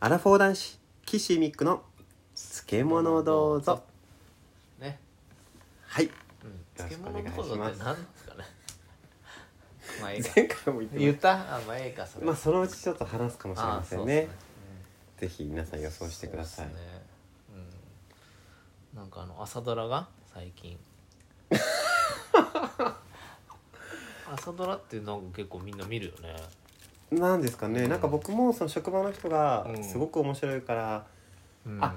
アラフォー男子岸ミックの漬物どうぞね、はいうん、よろし漬くお願物いしますどうぞって何なんですかねまあええか前回も言ってま言っした あまあええかそれまあそのうちちょっと話すかもしれあまあせそんうねっすぜひ皆さんうん予想してください、そうっすねうん、なんかあの朝ドラが最 近朝ドラってなんか結構みんな見るよねなんですかね、うんなんか僕もその職場の人がうんすごく面白いから、うんあ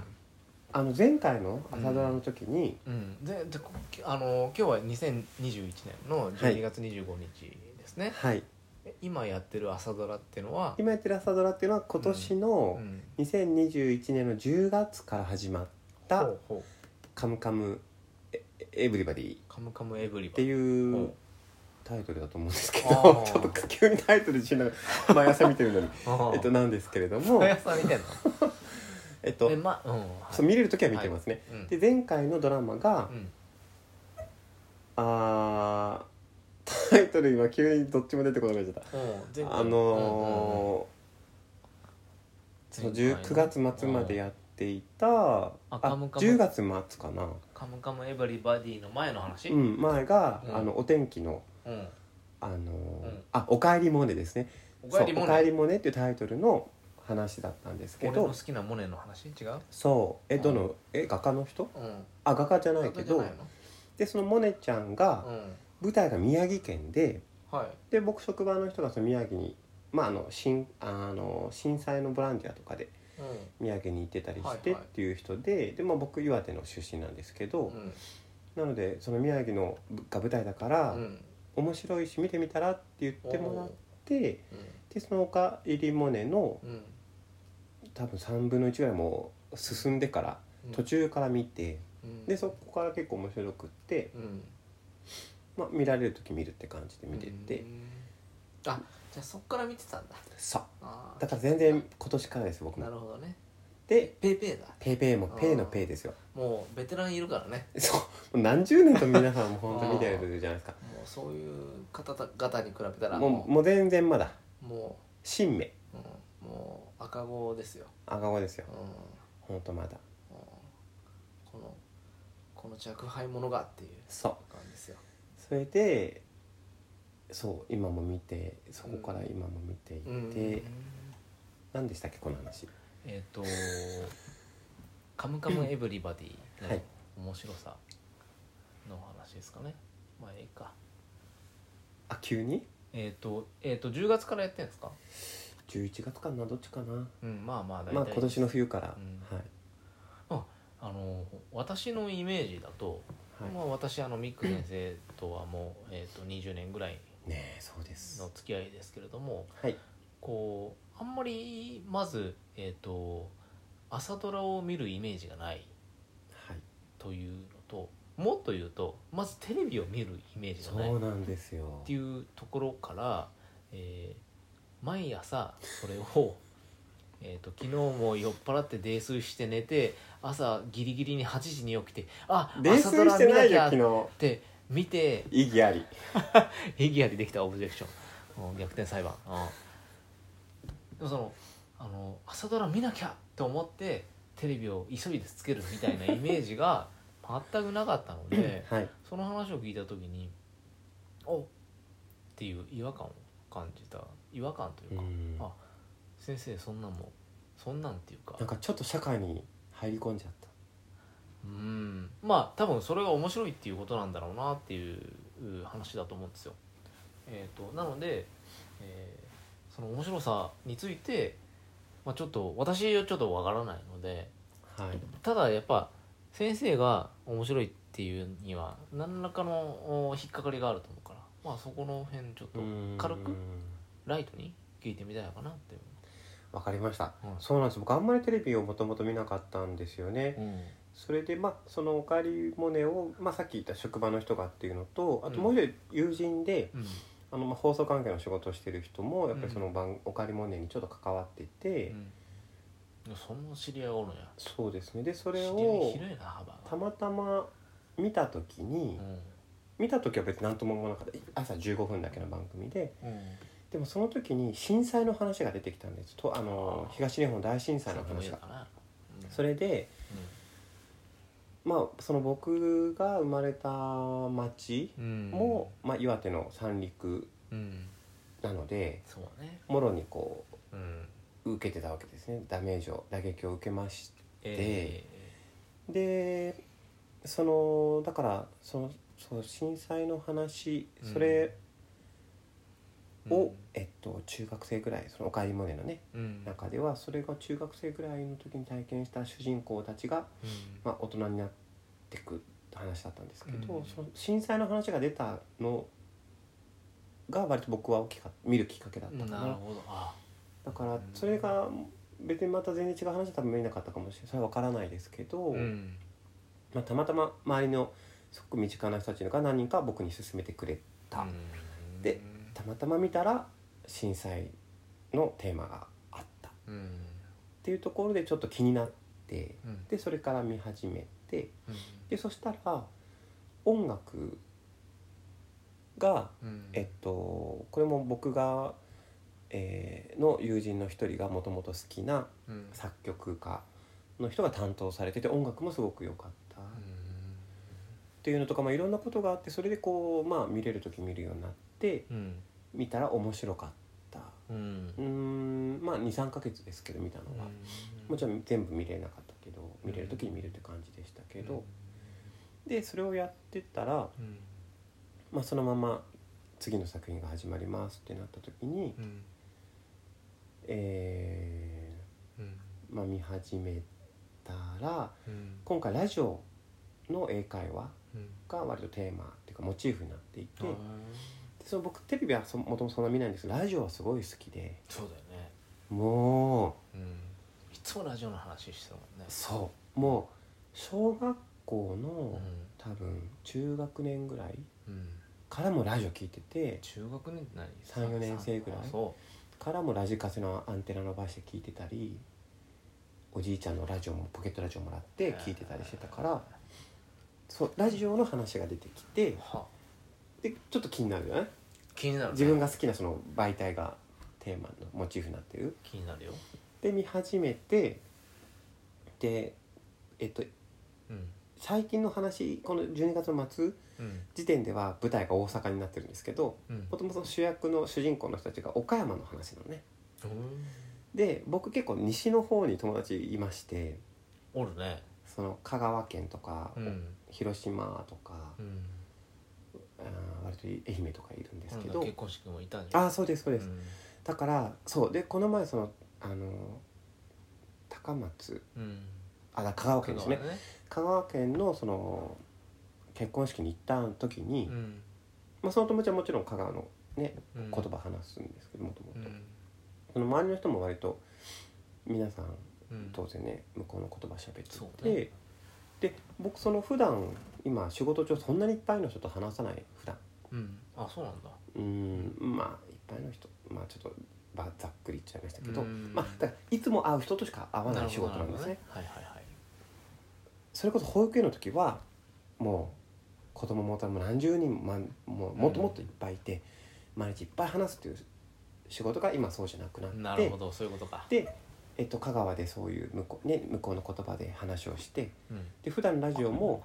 あの前回の朝ドラの時に、うん、ででこあの今日は2021年の12月25日ですね、はいえ今やってる朝ドラってのは、今やってる朝ドラっていうのは今年うのん、 2021年の10月から始まっほたうほう「カムカムエエブリバディ」っ「カムカムエブリバ」てういうタイトルだと思うんですけどあーちょっと急にタイトルしながら毎朝見てるのに、 ああえっと、なんですけれどもお、やさん見てんのえっとで、まあうんはいそう見れる時は見てますね。うんで前回のドラマがう、んあータイトル今急にどっちも出てこなくなっちゃった。うん前回あのーうんうんうんその19月末までやっていた、あカムカム10月末かな、 「カムカムエブリバディ」の前の話うん、前が、うんあのお天気のうん「あのーんあおかえりモネ」ですね「おかえりそうモおかえネりモネ」っていうタイトルの話だったんです」け俺のど好きなモネの話違うそうえうんどの、え画家の人うんあ画家じゃないけどそうじゃないのでそのモネちゃんが、うん舞台が宮城県ではいで僕職場の人がその宮城に、まあ、あの震あの震災のボランティアとかでうん宮城に行ってたりしてっはいはいていう人で,、でまあ、僕岩手の出身なんですけど、うんなのでその宮城のが舞台だから、うん面白いし見てみたらって言ってもらってうんでその「おかえりモネ」のうん多分3分の1ぐらいもう進んでからうん途中から見てうんでそこから結構面白くって、うんまあ、見られる時見るって感じで見てて、うんあじゃあそっから見てたんだそうあーだから全然今年からです僕なも。るほどねでペーペーだペイペイもあーペイのペイですよ もうベテランいるからねそうもう何十年と皆さんも本当見てるじゃないですかもうそういう方々に比べたらももうもう全然まだうも新芽う,、うん、もう赤子ですよ、赤子ですようんうん本当まだこのこの着杯ものがっていうそう感じですよそれでそう今も見てそこから今も見ていて、うん何でしたっけこの話えっ、と「カムカムエブリバディ」はのい面白さの話ですかね、まあええかあ急にえっ、とえっ、と10月からやってんですか11月かなどっちかなうんまあまあ大体、まあ今年の冬から、うんはいあの私のイメージだと、はい、まあ、私あのミック先生とはもう、えー、と20年ぐらいねえそうですの付き合いですけれどもはいこうあんまりまず、えー、と朝ドラを見るイメージがないはいというのともっと言うとまずテレビを見るイメージがないそうっなんですよていうところから、えー毎朝それを、 えー、と昨日も酔っ払って泥酔して寝て朝ギリギリに8時に起きてあ泥酔朝ドラして見なないきよゃっ昨日て見て意義ありヘギアでできたオブジェクションうん逆転裁判うんでもそのあの朝ドラ見なきゃと思ってテレビを急いでつけるみた いなイメージが全くなかったのではいその話を聞いた時におっていう違和感を感じた違和感といううか、んあ先生そんなんもそんなんっていうかなんかちょっと社会に入り込んじゃったうんまあ多分それが面白いっていうことなんだろうなっていうう話だと思うんですよ。えー、となので、えーその面白さについて、まあ、ちょっと私はちょっとわからないのではいただやっぱ先生が面白いっていうには何らかのお引っかかりがあると思うから、まあ、そこの辺ちょっと軽くライトに聞いてみたいかなっていう。わかりました、うんそうなんです僕あんまりテレビをもともと見なかったんですよね、それでまあその「おかえりモネを」まあ、さっき言った職場の人がっていうのとあともう一人友人で、うんあのまあ放送関係の仕事をしてる人もやっぱりそのう番、おかえりモネにちょっと関わってて、うん、そんな知り合いがおるんやそうですねでそそれを広いな幅がたまたま見た時に、うん見た時は別に何とも思わなかった朝15分だけの番組でうんでもその時に震災の話が出てきたんですとあのあー東日本大震災のもい話いがかな、うんそれでまあその僕が生まれた町うん、も、まあ、岩手の三陸うん、うん、なのでそうねもろにこうんう受けてたわけですねダメージを打撃を受けましえでそのだからそのそう震災の話うんそれーを、えっと、中学生ぐらいその「おかえりモネ」のねうん中ではそれが中学生ぐらいの時に体験した主人公たちが、うんまあ、大人になってく話だったんですけど、うんその震災の話が出たのが割と僕は大きか見るきっかけだったかななるほどあだからそれが別にまた全然違う話だったら見えなかったかもしれないそれは分からないですけど、うんまあ、たまたま周りのすごく身近な人たちが何人か僕に勧めてくれた、うんでたまたま見たら震災のテーマがあったっうんていうところでちょっと気になってうんでそれから見始めてうんでそしたら音楽が、うんえっと、これも僕が、えーの友人の一人がもともと好きなうん作曲家の人が担当されてて音楽もすごく良かった。っていうのとか、まあ、いろんなことがあってそれでこう、まあ、見れる時見るようになってうん見たら面白かったうんうーんまあ23ヶ月ですけど見たのは、もちろん全部見れなかったけど見れる時に見るって感じでしたけど、でそれをやってたら、うんまあ、そのまま次の作品が始まりますってなった時に、うんえうんーまあ、見始めたらうん今回ラジオの英会話うんが割とテーマっていうかモチーフになっていて。あーでその僕テレビはそもともとそんな見ないんですけどラジオはすごい好きでそうだよねもうんいつもラジオの話してるもんねうそうもう小学校うのん多分中学年ぐらいうんからもラジオ聞いてて中学年って何三四年生ぐらいあそからもラジカセのアンテナ伸ばして聞いてたりおじいちゃんのラジオもポケットラジオもらって聞いてたりしてたからそうラジオの話が出てきてうはでちょっと気になるよね気になるね自分が好きなその媒体がテーマのモチーフになってる気になるよで見始めてでえっとうん最近の話この12月の末うん時点では舞台が大阪になってるんですけどうんもともと主役の主人公の人たちが岡山の話なのねうんで僕結構西の方に友達いましておるねその香川県とか、うん広島とか、うんあー割と愛媛とかいるんですけど、結婚式もいたんじゃんああそうですそうです、だからそうでこの前そのあの高松うんうんあだ香川県ですね香川ね香川県のその結婚式に行った時に、うんまあ、その友達はもちろん香川のねうん言葉話すんですけどもともうとんその周りの人も割と皆さんうん当然ね向こうの言葉喋ってそうて、ねで僕その普段今仕事中そんなにいっぱいの人と話さない普段うんあそうなんだうんまあいっぱいの人まあちょっとばざっくり言っちゃいましたけど、うんまあだからいつも会う人としか会わななるい仕ほど事なんですねはいはいはいそれこそ保育園の時はもう子供も大人も何十人もまんもうもっともっといっぱいいて、毎日いっぱい話すっていう仕事が今そうじゃなくなってなるほどそういうことかで、えっと、香川でそういう向こう,、ね、向こうの言葉で話をしてうんで普段ラジオも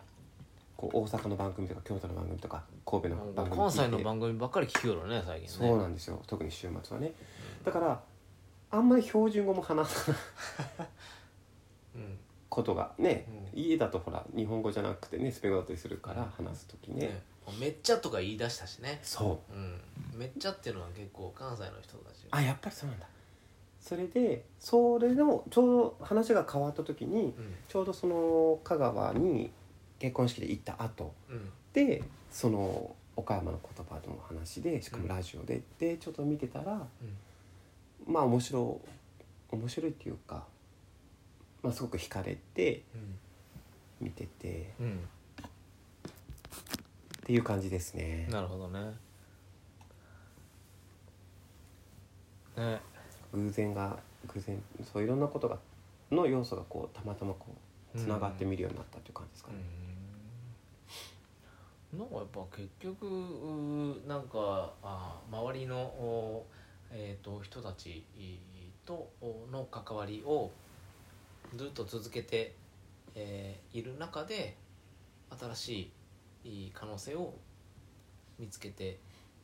こう大阪の番組とか京都の番組とか神戸の番組聞い関て西の番組ばっかり聞くよね最近ねそうなんですよ特に週末はねだからあんまり標準語も話さないうんことがね、うん家だとほら日本語じゃなくてねスペイン語だったりするから話す時ね、ねめっちゃとか言い出したしねそううんめっちゃっていうのは結構関西の人たちあやっぱりそうなんだそれでそれのちょうど話が変わった時にうんちょうどその香川に結婚式で行った後うんでその岡山の言葉の話でしかもラジオで、でちょっと見てたらうんまあ面白い面白いっていうか、まあ、すごく惹かれてうん見ててうんっていう感じですね。なるほどねね偶然が偶然そういろんなことがの要素がこうたまたまこうつながって見るようになったっていう感じですかね。うんなんかやっぱ結局うーなんかあー周りのおえー、と人たちとの関わりをずっと続けて、えーいる中で新しい可能性を見つけて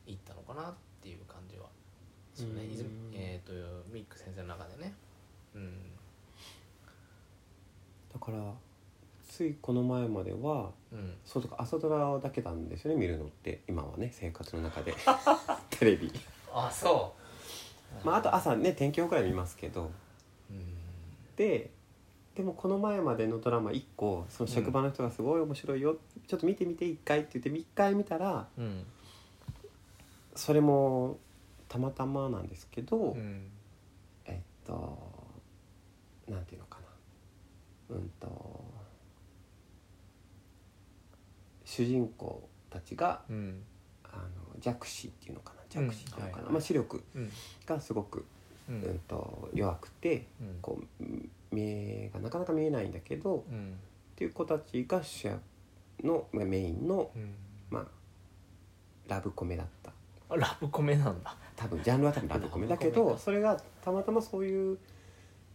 いったのかなっていう感じはそうねうんいずえー、とミック先生の中でね。うんだからついこの前まではうん、そうとか朝ドラだけなんですよね見るのって今はね生活の中 でテレビあそうまああと朝ね天気予報くらい見ますけどうんででもこの前までのドラマ1個その職場の人がすごい面白いよ、ちょっと見てみて1回って言って1回見たらうんそれもたまたまなんですけど、うんえっとなんていうのかなうんと主人公たちがうんあの弱視っていうのかな弱視っていうのかな、はいまあ、視力うんがすごく、ううんん、と弱くてこう目がなかなか見えないんだけどうんっていう子たちが主役のまあメインの、うんまあ、ラブコメだったあラブコメなんだ多分ジャンルは多分ラブコメだけラブコメどかそれがたまたまそういう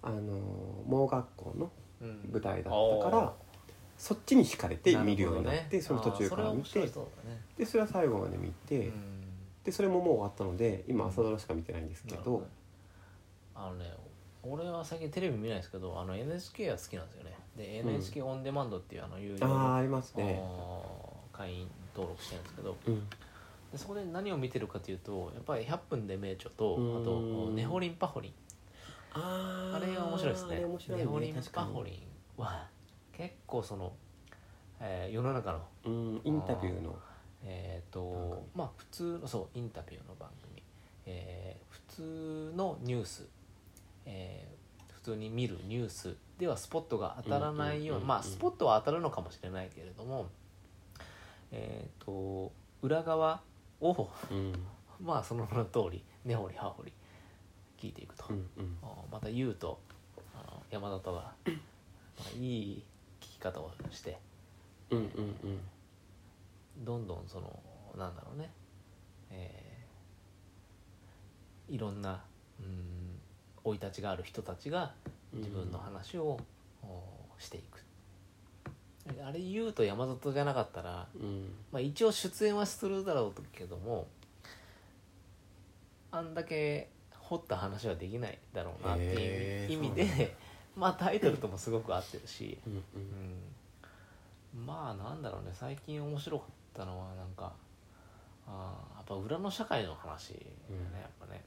あの盲学校の舞舞台だったから、そっちに惹かれて見るようになってその途中から見てそれは面白そうだねでそれは最後まで見て、うんでそれももう終わったので今朝ドラしか見てないんですけなるどほねあのね俺は最近テレビ見ないですけどあの NHK は好きなんですよねでうん NHK オンデマンドっていうあの有あ料あのありますねあー会員登録してるんですけどうんでそこで何を見てるかというとやっぱり「100分で名著と」うんあと「ネホリンパホリン」ああれが面白いですあねれ面白いねネホリン確パかホにリンは結構その、えー世の中のうんインタビューのえっ、番と組まあ普通のそうインタビューの番組、えー普通のニュース、えー普通に見るニュースではスポットが当たらないうんうんうんよううなんまあスポットは当たるのかもしれないけれどもえっ、と裏側を うんまあその名の通り根掘り葉掘り聞いていくと。うんうんあーまた優とあの山里が、まあ、いい聞き方をしてうんうんうんどんどんそのなんだろうね、えーいろんなうん生い立ちがある人たちが自分の話を、おしていくあれ優と山里じゃなかったら、うんまあ、一応出演はするだろうけどもあんだけ掘った話はできないだろうなっていへうー意味そうなんだで まあタイトルともすごく合ってるし、うんううんん、まあなんだろうね最近面白かったのはなんかあーやっぱ裏の社会の話だね、うんやっぱね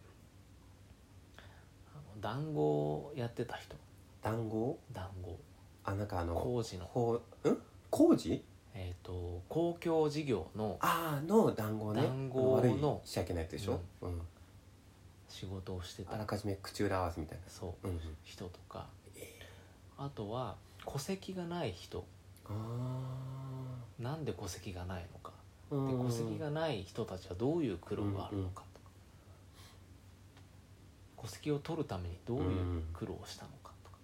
あの談合をやってた人団子談合あなんかあの工事の、こう、うん工事えー、と公共事業のああの団子ね団子の悪いしちゃいけないやつでしょ、うん仕事をしてたあらかじめ口裏合わせみたいなそううんうん人とかあとは戸籍がない人あなんで戸籍がないのかあうでん戸籍がない人たちはどういう苦労があるのかとか戸籍を取るためにどういう苦労をしたのかとか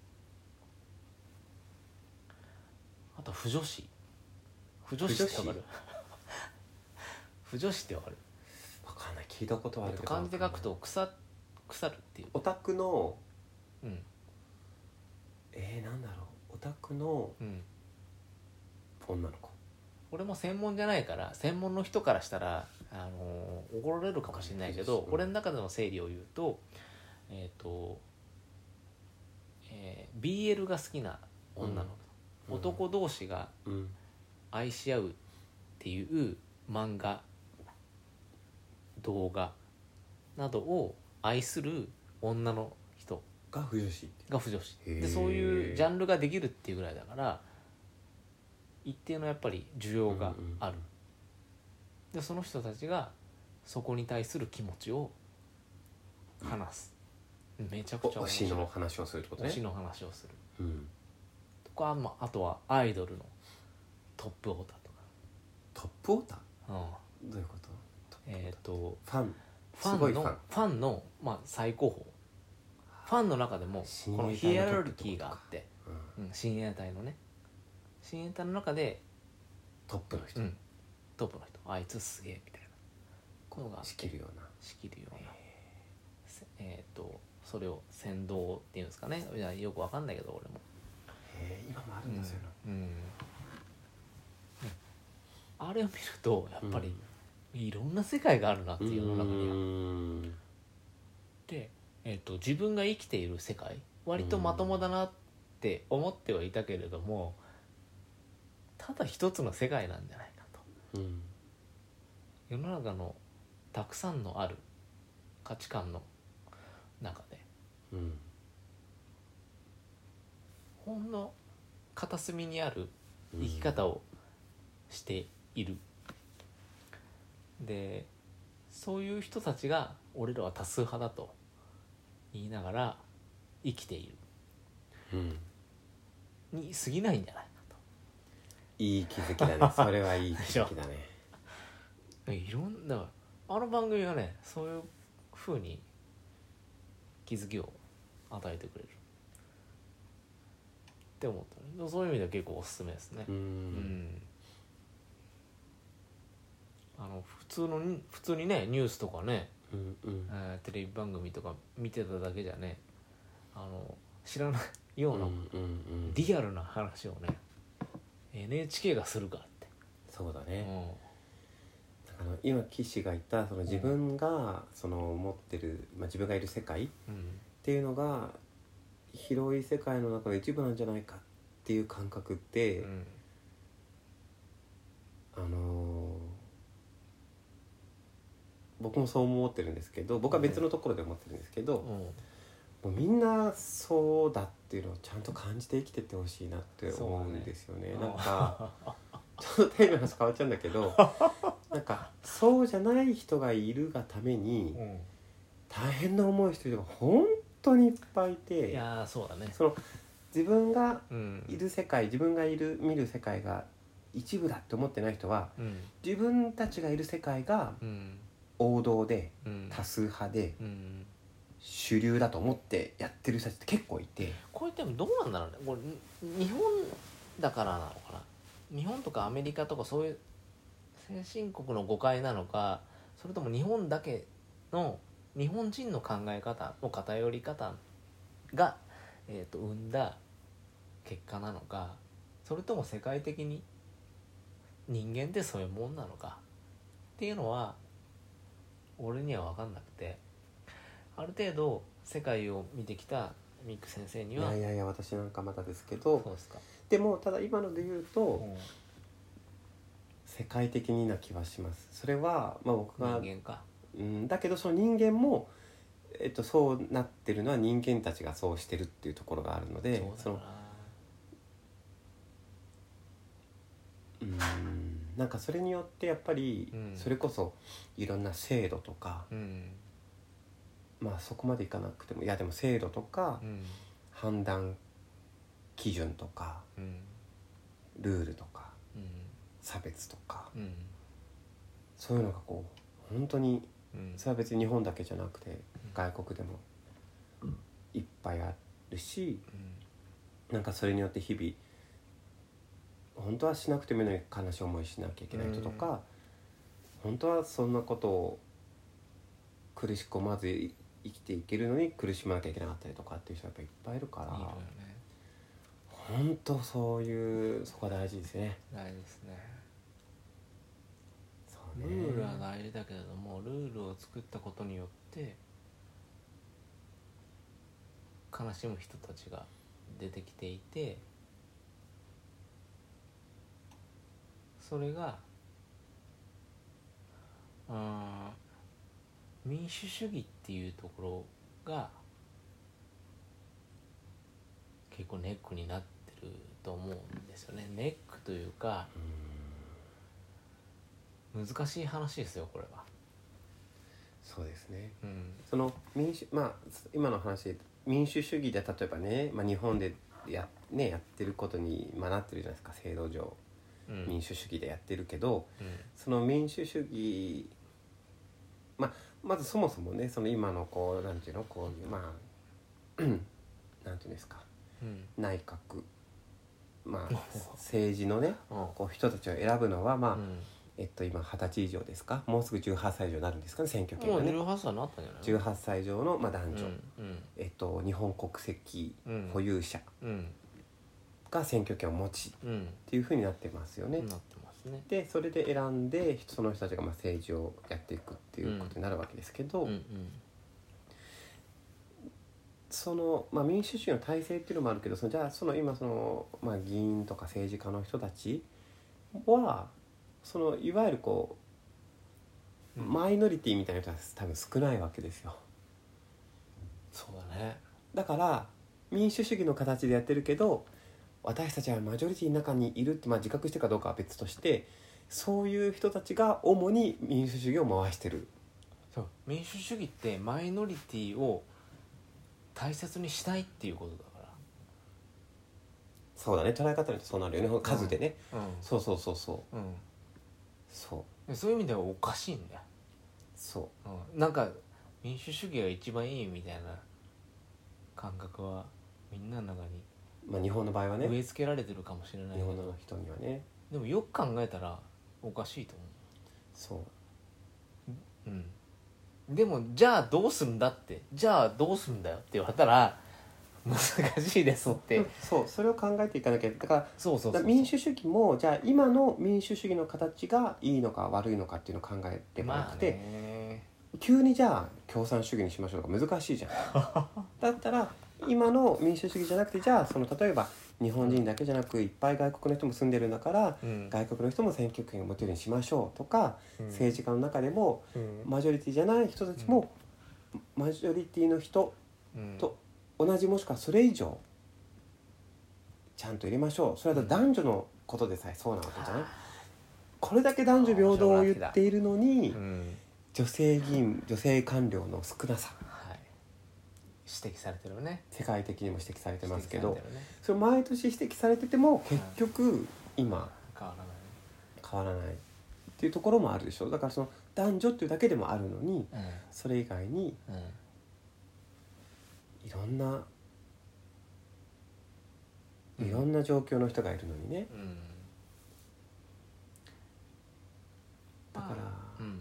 あと不女子不女子ってわかる 不女子ってわかるわかんない聞いたことはあるけど漢字で書くと腐腐るっていう、オタクのうんえー、なんだろうオタクのうん、女の子俺も専門じゃないから専門の人からしたら、あのー怒られるかもしれないけど、うん俺の中での整理を言うとえっ、と、えー BL が好きな女の子、うん男同士がうん愛し合うっていう漫画動画などを愛する女の人が不女子が不女子へでーそういうジャンルができるっていうぐらいだから一定のやっぱり需要がある、でその人たちがそこに対する気持ちを話す、めちゃおくち推ゃ面白しいの話をするってこと推ねしの話をするうん、とか、まあ、あとはアイドルのトップオータトップオタとか、どういうことトうんップオタえっ、とファンフすごァいフンのファァンンの、まあ、最高峰ファンの中でもこのヒエラルキーがあってうん、うん親衛隊のね親衛隊の中で、トップの人、うんトップの人あいつすげえみたいなこのが仕切るような仕切るようなせえー、とそれを先導っていうんですかねいやよくわかんないけど俺もへえ今もあるんですよな、うんうんあれを見るとやっぱりいろんな世界があるなっていう世の中にはにで、えー、と自分が生きている世界割とまともだなって思ってはいたけれどもただ一つの世界なんじゃないかとうん世の中のたくさんのある価値観の中でうんほんの片隅にあるうん生き方をしている、でそういう人たちが俺らは多数派だと言いながら生きているうんに過ぎないんじゃないかいい気づきだ ねそれはいい気でしょづきだねといろんなあの番組はねそういうふうに気づきを与えてくれるって思ったねでもそういう意味では結構おすすめですね、ううんんあの普通のに普通にねニュースとかね、うんうんえーテレビ番組とか見てただけじゃねあの知らないようなうんうんうんリアルな話をね NHK がするかって、そうだうねんあの今岸が言ったその自分がその持ってる、まあ、自分がいる世界っうんていうのが広い世界の中の一部なんじゃないかっていう感覚って、うんあのー僕もそう思ってるんですけど僕は別のところで思ってるんですけど、うもうんみんなそうだっていうのをちゃんと感じて生きてってほしいなって思うんですよねそうなだねん かちょっとテレビの話変わっちゃうんだけどなんかそうじゃない人がいるがためにう大変な思いしてる人が本当にいっぱいいん、いてやーそうだねその自分がうんいる世界自分がいる見る世界が一部だって思ってない人はうん自分たちがいる世界がうん王道でうん多数派でうん主流だと思ってやってる人たちって結構いて。これでもどうなんだろうねこれに日本だからなのかな日本とかアメリカとかそういう先進国の誤解なのかそれとも日本だけの日本人の考え方の偏り方が、えー、と生んだ結果なのかそれとも世界的に人間ってそういうもんなのかっていうのは俺には分かんなくてある程度世界を見てきたミック先生にいはやいやいや私なんかまだですけそどうですか、でもただ今ので言うと世界的にな気はしますそれはまあ僕が、人間かうん、だけどその人間も、えっと、そうなってるのは人間たちがそうしてるっていうところがあるのでそうだそよのうんなんかそれによってやっぱり、うんそれこそいろんな制度とか、なうんまあそこまでいかなくてもいやでも制度とかうん判断基準とかうんルールとかうん差別とかうんそういうのがこう本当にうんそれは別に日本だけじゃなくて外国でもいっぱいあるしうんなんかそれによって日々本当はしなくてもいいのに悲しい思いしなきゃいけない人とか本当はそんなことを苦しく思わず生きていけるのに苦しまなきゃいけなかったりとかっていう人がやっぱいっぱいいるからいいのよね本当そういうそこは大事ですね。大事ですねそうねルールは大事だけれどもルールを作ったことによって悲しむ人たちが出てきていてそれがうーん民主主義っていうところが結構ネックになってると思うんですよねネックというか難しい話ですよこれは。そうですねうんその民主まあ今の話民主主義で例えばね、まあ、日本でや,、ね、やってることに、まあ、なってるじゃないですか制度上うん民主主義でやってるけどうんその民主主義、まあ、まずそもそもねその今のこうなんていうのこういうまあ なんていうんですかうん内閣まあ政治のね うんこう人たちを選ぶのはまあ、うんえっと今二十歳以上ですかもうすぐ18歳以上になるんですかね選挙権もうがね18歳になったんじゃない18歳以上の、まあ、男女、うんえっと、日本国籍うん保有者うんが選挙権を持ちっうん、ていうふうになってますよね。なってますねでそれで選んでその人たちがまあ政治をやっていくっていうことになるわけですけど、うんその、まあ、民主主義の体制っていうのもあるけどそのじゃあその今その、まあ、議員とか政治家の人たちはそのいわゆるこう、うんマイノリティみたいな人は多分少ないわけですよ。そうだねだから民主主義の形でやってるけど私たちはマジョリティの中にいるって、まあ、自覚してるかどうかは別としてそういう人たちが主に民主主義を回してるそう民主主義ってマイノリティを大切にしたいっていうことだかそうだね捉え方によってそうなるよね数でね、らそうそうそうそううん、うんそうで、そういう意味ではおかしいんだよ、そううん、なんか民主主義が一番いいみたいな感覚はみんなの中にまあ日本の場合はね植え付けられてるかもしれない日け本どの人にはねでもよく考えたらおかしいと思うそううん、でもじゃあどうするんだってじゃあどうするんだよって言われたら難しいですっでてそうそれを考えていかなきゃだからそうそうだそかうら民主主義もじゃあ今の民主主義の形がいいのか悪いのかっていうのを考えてもなまくあて、ね急にじゃあ共産主義にしましょうとか難しいじゃん だったら今の民主主義じゃなくてじゃあその例えば日本人だけじゃなくいっぱい外国の人も住んでるんだからうん外国の人も選挙権を持てるようにしましょうとか、うん政治家の中でもうんマジョリティじゃない人たちも、マジョリティの人うんと同じもしくはそれ以上ちゃんと入れましょうそれは男女のことでさえそうなわけじゃない、これだけ男女平等を言っているのに、うん女性議員女性官僚の少なさはい指摘されてるね世界的にも指摘されてますけ指ど摘されてるねそれ毎年指摘されてても結局今変わらないね変わらないっていうところもあるでしょだからその男女っていうだけでもあるのにうそれ以外にんうんいろんなういんろんな状況の人がいるのにねうんだから。うん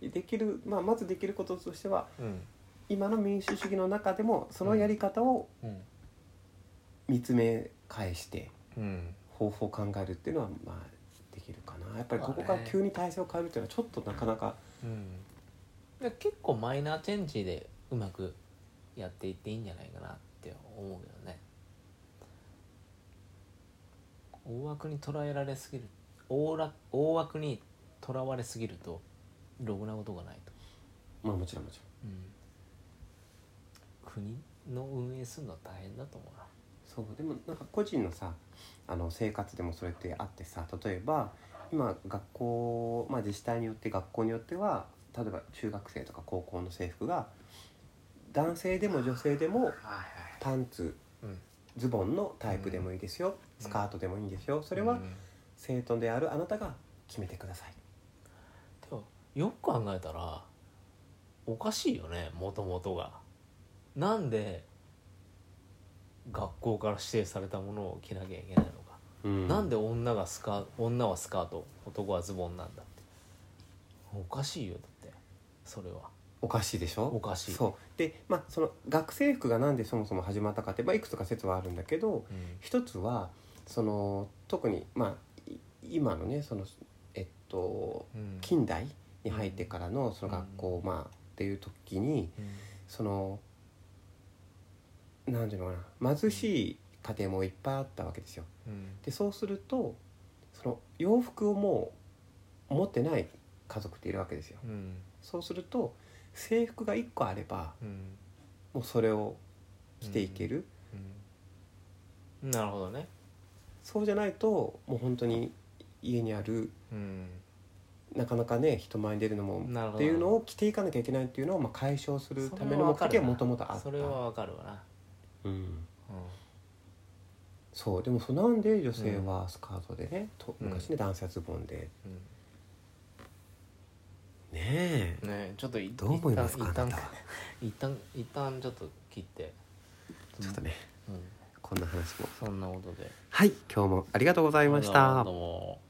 できる、まあ、まずできることとしてはうん今の民主主義の中でもそのやり方をうん見つめ返してうん方法を考えるっていうのはまあできるかなやっぱりここまかあらね急に体制を変えるっていうのはちょっとなかなかうんで結構マイナーチェンジでうまくやっていっていいんじゃないかなって思うけどね大枠に捉えられすぎる大ら大枠にとらわれすぎるとろくなことがないと、まあもちろんもちろん国の運営するのは大変だと思うなそうでもなんか個人のさあの生活でもそれってあってさ例えば今学校、まあ、自治体によって学校によっては例えば中学生とか高校の制服が男性でも女性でもはいパンツうんズボンのタイプでもいいですよ、うんスカートでもいいんですよそそれは生徒であるあなたが決めてください、よく考えたらおかしいよねもともとがなんで学校から指定されたものを着なきゃいけないのか、なんで女がスカ女はスカート男はズボンなんだっておかしいよだってそれはおかしいでしょおかしいそうでまあその学生服がなんでそもそも始まったかって、まあ、いくつか説はあるんだけどうん一つはその特にまあい今のねそのえっとうん近代に入ってからのその学校、うまあっていう時にうんその何ていうのかな貧しい家庭もいっぱいあったわけですよ。うんでそうするとその洋服をもう持ってない家族っているわけですようんそうすると制服が1個あればうんもうそれを着ていける、うんなるほどねそうじゃないともう本当に家にあるうんなかなかね人前に出るのもなるほっどていうのを着ていかなきゃいけないっていうのをまあ解消するための目的はもともとあったそれはわかるわな、うん、うんそうでもそうなんで女性はスカートでね、とうん昔ね男性はズボンでうんねえねちょっといどう思いますか一旦あな一旦たは一旦一旦ちょっと切って、ちょっとねうん、こんな話もそんなことではい今日もありがとうございましたどうも